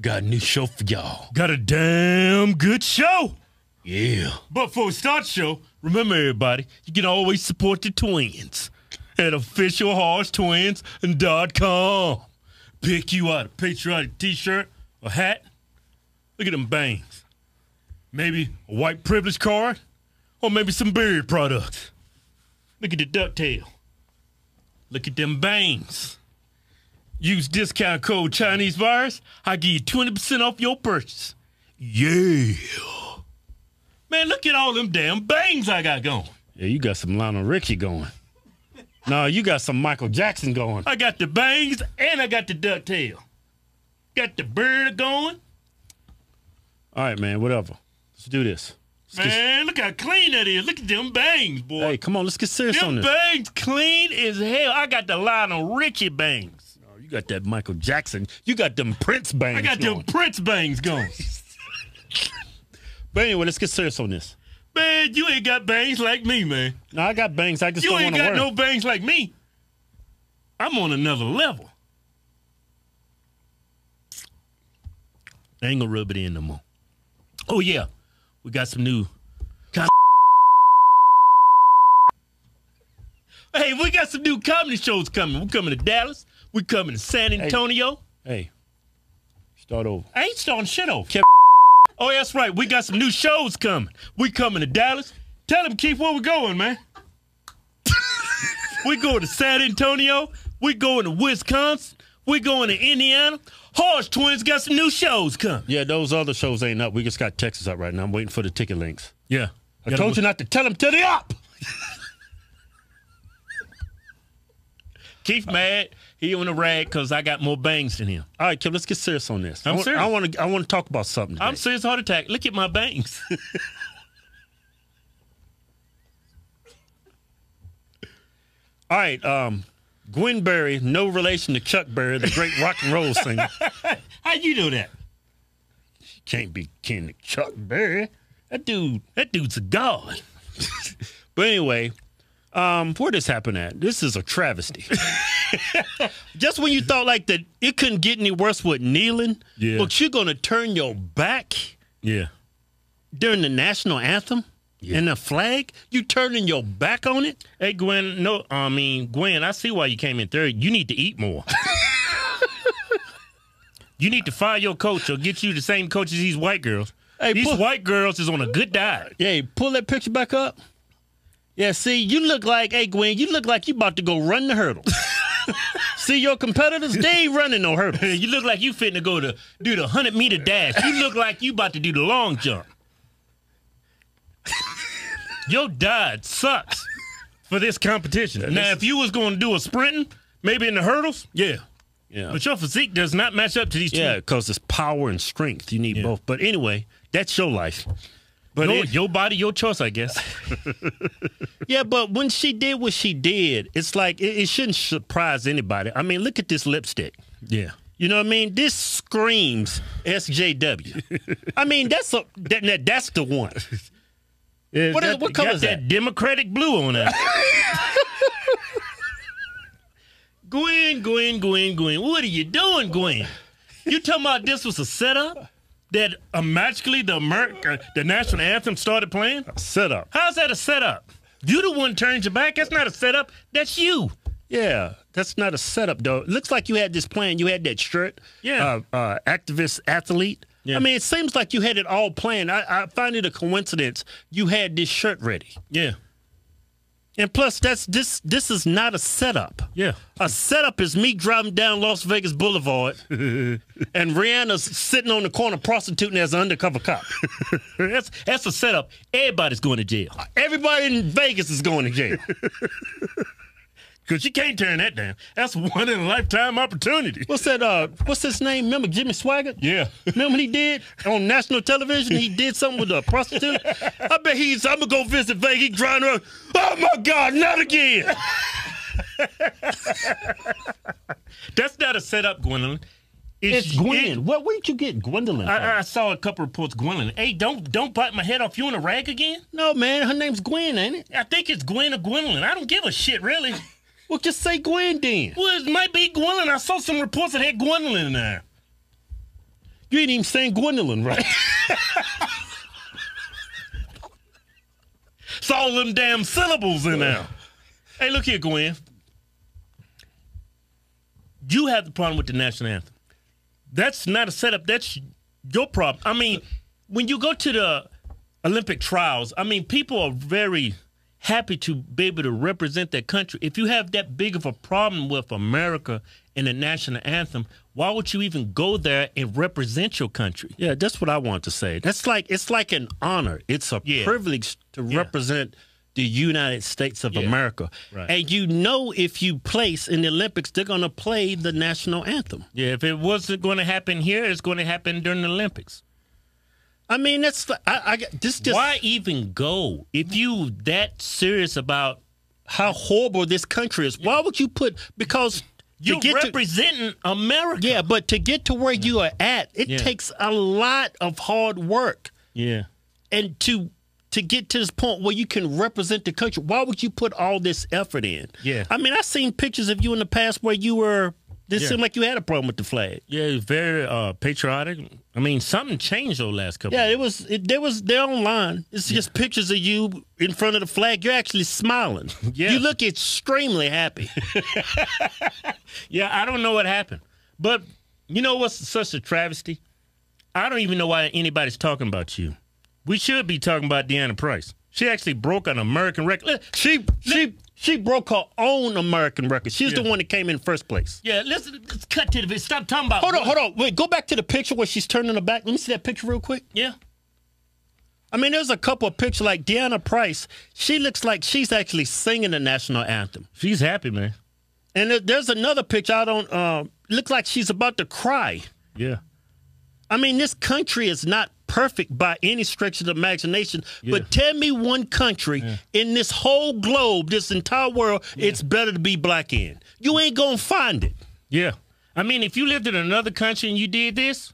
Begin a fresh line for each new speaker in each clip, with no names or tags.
Got a new show for y'all.
Got a damn good show.
Yeah.
But for a start show, remember everybody, you can always support the twins at officialhorsetwins.com. Pick you out a patriotic t-shirt, a hat. Look at them bangs. Maybe a white privilege card, or maybe some beard products. Look at the ducktail. Look at them bangs. Use discount code Chinese virus. I give you 20% off your purchase. Yeah. Man, look at all them damn bangs I got going.
Yeah, you got some Lionel Richie going. No, you got some Michael Jackson going.
I got the bangs and I got the ducktail. Got the bird going.
All right, man, whatever. Let's do this. Let's get-
Man, look how clean that is. Look at them bangs, boy.
hey, come on, let's get serious on
them
this.
bangs clean as hell. I got the Lionel Richie bangs.
Oh, you got that Michael Jackson. You got them Prince bangs.
I got them
going.
Prince bangs going.
But anyway, let's get serious on this.
man, you ain't got bangs like me, man.
No, I got bangs. I just
You
don't
ain't got
want to wear.
no
'em.
bangs like me. I'm on another level. I ain't gonna rub it in no more. Oh yeah, we got some new. com- hey, we got some new comedy shows coming. We're coming to Dallas. We're coming to San Antonio.
Hey, start over.
I ain't starting shit off.
Kev-
Oh, that's right. We got some new shows coming. We coming to Dallas. Tell them, Keith, where we going, man. we going to San Antonio. We going to Wisconsin. We going to Indiana. Horse Twins got some new shows coming.
Yeah, those other shows ain't up. We just got Texas up right now. I'm waiting for the ticket links.
Yeah.
I told you not to tell them till they up.
Keith mad. He on the rag because I got more bangs than him.
All right, Kim, let's get serious on this.
I'm
I wa-
serious.
I want to. I want to talk about something.
I'm
today.
serious heart attack. Look at my bangs.
All right, um, Gwen Berry, no relation to Chuck Berry, the great rock and roll singer.
How you know that?
Can't be kin to Chuck Berry. That dude.
That dude's a god.
But anyway, um, where this happened at? This is a travesty. Just when you thought like that, it couldn't get any worse with kneeling.
Yeah.
But you're gonna turn your back
Yeah.
during the national anthem and the flag. You turning your back on it?
Hey Gwen, no, I mean Gwen, I see why you came in third. You need to eat more. you need to fire your coach or get you the same coach as these white girls.
Hey,
these
pull-
white girls is on a good diet.
Yeah, pull that picture back up. Yeah, see, you look like, hey, Gwen, you look like you about to go run the hurdles. see, your competitors, they ain't running no hurdles.
You look like you fitting to go to do the hundred meter dash. You look like you about to do the long jump. your diet sucks for this competition. now,
this-
if you was going to do a sprinting, maybe in the hurdles, yeah.
Yeah,
But your physique does not match up to these
yeah,
two.
because it's power and strength. You need both. But anyway, that's your life. But
Your,
it-
your body, your choice, I guess.
yeah, but when she did what she did, it's like it, it shouldn't surprise anybody. I mean, look at this lipstick.
Yeah.
You know what I mean? This screams SJW. I mean, that's a that, that- that's the one.
Yeah,
What is- what color
got
is that?
Democratic blue on that. Gwen, Gwen, Gwen, Gwen. What are you doing, Gwen? You talking about this was a setup that uh, magically the Amer- uh, the national anthem started playing?
Set up.
How's that a setup? You the one turned your back. That's not a setup. That's you.
Yeah, that's not a setup though. It looks like you had this plan. You had that shirt.
Yeah.
Uh, uh, activist athlete.
Yeah.
I mean, it seems like you had it all planned. I, I find it a coincidence you had this shirt ready.
Yeah.
And plus, that's this. This is not a setup.
Yeah.
A setup is me driving down Las Vegas Boulevard, and Rihanna's sitting on the corner prostituting as an undercover cop.
That's that's a setup. Everybody's going to jail.
Everybody in Vegas is going to jail.
Cause you can't turn that down. That's one in a lifetime opportunity.
What's that? Uh, what's his name? Remember Jimmy Swaggart?
Yeah.
Remember what he did on national television? He did something with a prostitute. I bet he's. I'm gonna go visit Vegas. He crying around. Oh my God! Not again.
That's not a setup, Gwendolyn.
It's Gwen. What? Where'd you get Gwendolyn? from?
I, I saw a couple reports, Gwendolyn. Hey, don't don't bite my head off. You in a rag again?
no man, her name's Gwen, ain't it?
I think it's Gwen or Gwendolyn. I don't give a shit, really.
Well, just say Gwen then.
well, it might be Gwendolyn. I saw some reports that had Gwendolyn in there.
You ain't even saying Gwendolyn right. it's all them damn syllables in there. Hey, look here, Gwen. You have the problem with the national anthem. That's not a setup. That's your problem. I mean, when you go to the Olympic trials, I mean, people are very happy to be able to represent their country. If you have that big of a problem with America and the national anthem, why would you even go there and represent your country? Yeah, that's what I want to say. That's like it's like an honor. It's a
Yeah.
privilege to represent the United States of America.
Right.
And you know if you place in the Olympics, they're going to play the national anthem.
Yeah, if it wasn't going to happen here, it's going to happen during the Olympics.
I mean, that's I, I this just
Why even go if you that serious about
how horrible this country is. Why would you put because
you
to get to-
representing America?
yeah, but to get to where you are at, it
Yeah.
takes a lot of hard work,
Yeah,
and to to get to this point where you can represent the country, why would you put all this effort in?
Yeah.
I mean, I've seen pictures of you in the past where you were. This
Yeah.
seemed like you had a problem with the flag.
yeah, it's very uh, patriotic. I mean, something changed over the last couple.
Yeah,
of
it was. It, there was. They're online. It's just pictures of you in front of the flag. You're actually smiling.
Yeah.
You look extremely happy.
Yeah, I don't know what happened. But you know what's such a travesty? I don't even know why anybody's talking about you. We should be talking about Deanna Price. She actually broke an American record. Let-
she she she broke her own American record. She's the
Yeah.
one that came in first place.
Yeah, let's, let's cut to the bit. Stop talking about.
Hold on, hold on. Wait, go back to the picture where she's turning her back. Let me see that picture real quick.
Yeah.
I mean, there's a couple of pictures like Deanna Price. She looks like she's actually singing the national anthem.
She's happy, man.
And there- there's another picture. I don't. Uh, looks like she's about to cry.
Yeah.
I mean, this country is not perfect by any stretch of the imagination, but tell me one country in this whole globe, this entire world, it's better to be black in. You ain't gonna find it.
Yeah. I mean, if you lived in another country and you did this,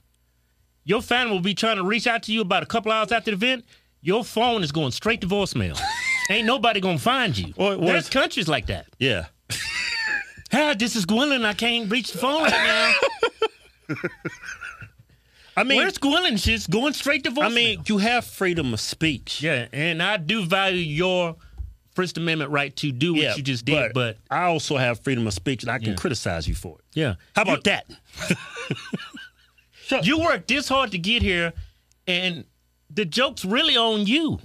your family will be trying to reach out to you about a couple hours after the event. Your phone is going straight to voicemail. Ain't nobody gonna find you.
Or- or-
There's countries like that.
Yeah.
Ah, this is Gwendolyn. I can't reach the phone right now.
I mean,
Where's Gwendolyn? She's going straight to voicemail.
I mean, you have freedom of speech.
yeah, and I do value your First Amendment right to do what you just did, but,
I also have freedom of speech, and I can criticize you for it.
yeah.
How about that?
that? You worked this hard to get here, and the joke's really on you.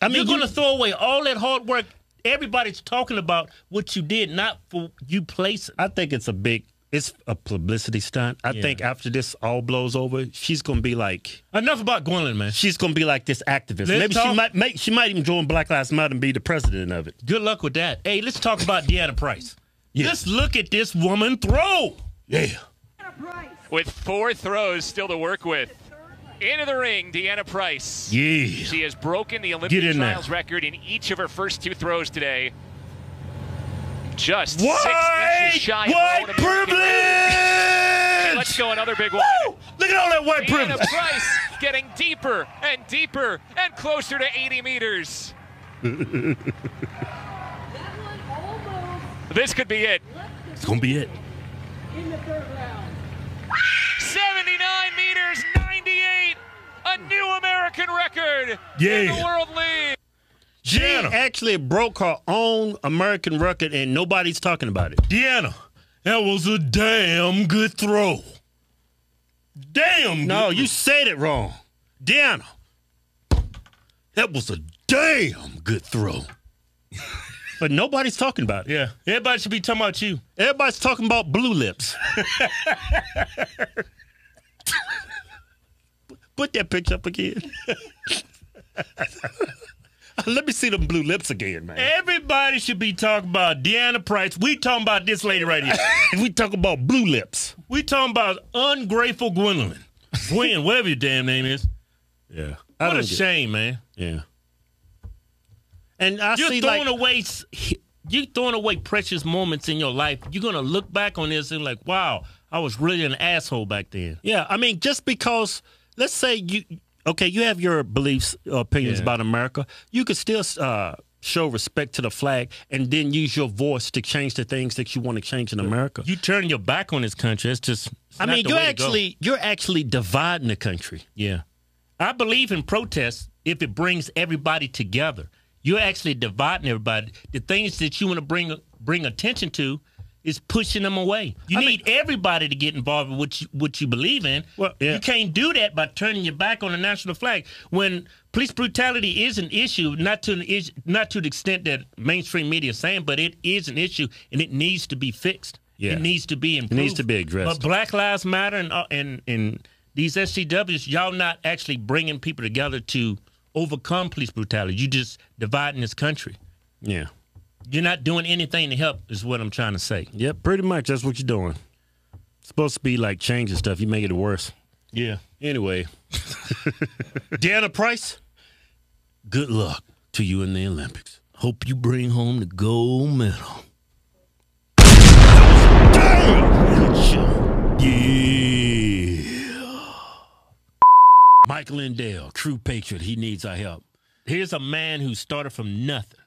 I
You're
mean,
going to throw away all that hard work. Everybody's talking about what you did, not for you placing.
I think it's a big, it's a publicity stunt. I think after this all blows over, she's gonna be like,
Enough about Gwendolyn, man.
she's gonna be like this activist.
Let's
Maybe she
talk-
might, may, she might even join Black Lives Matter and be the president of it.
Good luck with that. Hey, let's talk about Deanna Price. Let's look at this woman throw.
Yeah.
with four throws still to work with. Into the ring, Deanna Price.
Yeah.
She has broken the Olympic
Get in there.
trials record in each of her first two throws today. Just six
White,
inches shy
white
of her own American record.
privilege.
Let's go another big one.
Woo! Look at all that white
Deanna
privilege.
Price getting deeper and deeper and closer to 80 meters.
That one almost
This could be it.
left the
It's gonna be it.
in the third round.
79 meters, 98. A new American record in
Yeah.
the world lead.
She
Deanna.
actually broke her own American record, and nobody's talking about it.
Deanna, that was a damn good throw. Damn.
No,
good-
you said it wrong. Deanna, that was a damn good throw. but nobody's talking about it.
Yeah. Everybody should be talking about you.
Everybody's talking about blue lips. Put that picture up again. Let me see them blue lips again, man.
Everybody should be talking about Deanna Price. We talking about this lady right here.
we talk about blue lips.
we talking about ungrateful Gwendolyn. Gwen, whatever your damn name is.
Yeah. I
What
don't
a
get it.
shame, man.
Yeah. And I
You're
see like
throwing away s- you throwing away precious moments in your life. You're gonna look back on this and like, wow, I was really an asshole back then.
Yeah, I mean, just because let's say you okay, you have your beliefs, opinions
Yeah.
about America, you could still uh, show respect to the flag, and then use your voice to change the things that you want to change in America.
You turn your back on this country. It's just. it's
I
not
mean,
the
you're
way to go.
actually you're actually dividing the country.
Yeah.
I believe in protests if it brings everybody together. You're actually dividing everybody. The things that you want to bring bring attention to is pushing them away. You
I
need everybody to get involved with what you, what you believe in.
Well, yeah.
You can't do that by turning your back on the national flag when police brutality is an issue, not to an is, not to the extent that mainstream media is saying, but it is an issue and it needs to be fixed.
Yeah.
It needs to be improved.
needs to be addressed.
But Black Lives Matter and uh, and and these SCWs, y'all not actually bringing people together to overcome police brutality. You just dividing this country.
Yeah.
You're not doing anything to help. Is what I'm trying to say.
Yep. Pretty much. That's what you're doing. It's supposed to be like changing stuff. You make it worse.
Yeah.
Anyway, Deanna Price, good luck to you in the Olympics.
Hope you bring home the gold medal.
Yeah. Mike Lindell, true patriot. He needs our help.
Here's a man who started from nothing.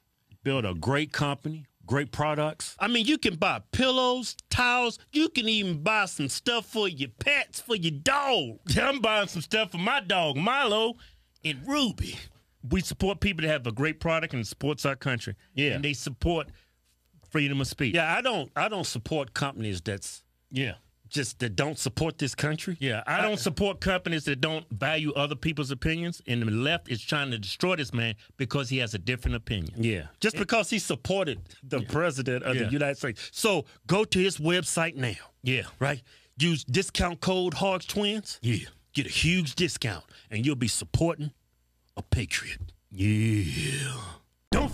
Built a great company, great products.
I mean, you can buy pillows, towels. You can even buy some stuff for your pets, for your dog. I'm buying some stuff for my dog, Milo, and Ruby. We support people that have a great product and supports our country.
Yeah.
And they support freedom of speech.
Yeah, I don't. I don't support companies that's
Yeah.
just that don't support this country.
Yeah. I don't support companies that don't value other people's opinions. And the left is trying to destroy this man because he has a different opinion.
Yeah. Just because he supported the president of
Yeah.
the United States. So go to his website now,
Yeah.
right? Use discount code Hogs Twins.
Yeah.
Get a huge discount, and you'll be supporting a patriot.
Yeah. Don't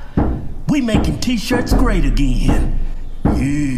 We making t-shirts great again. Yeah.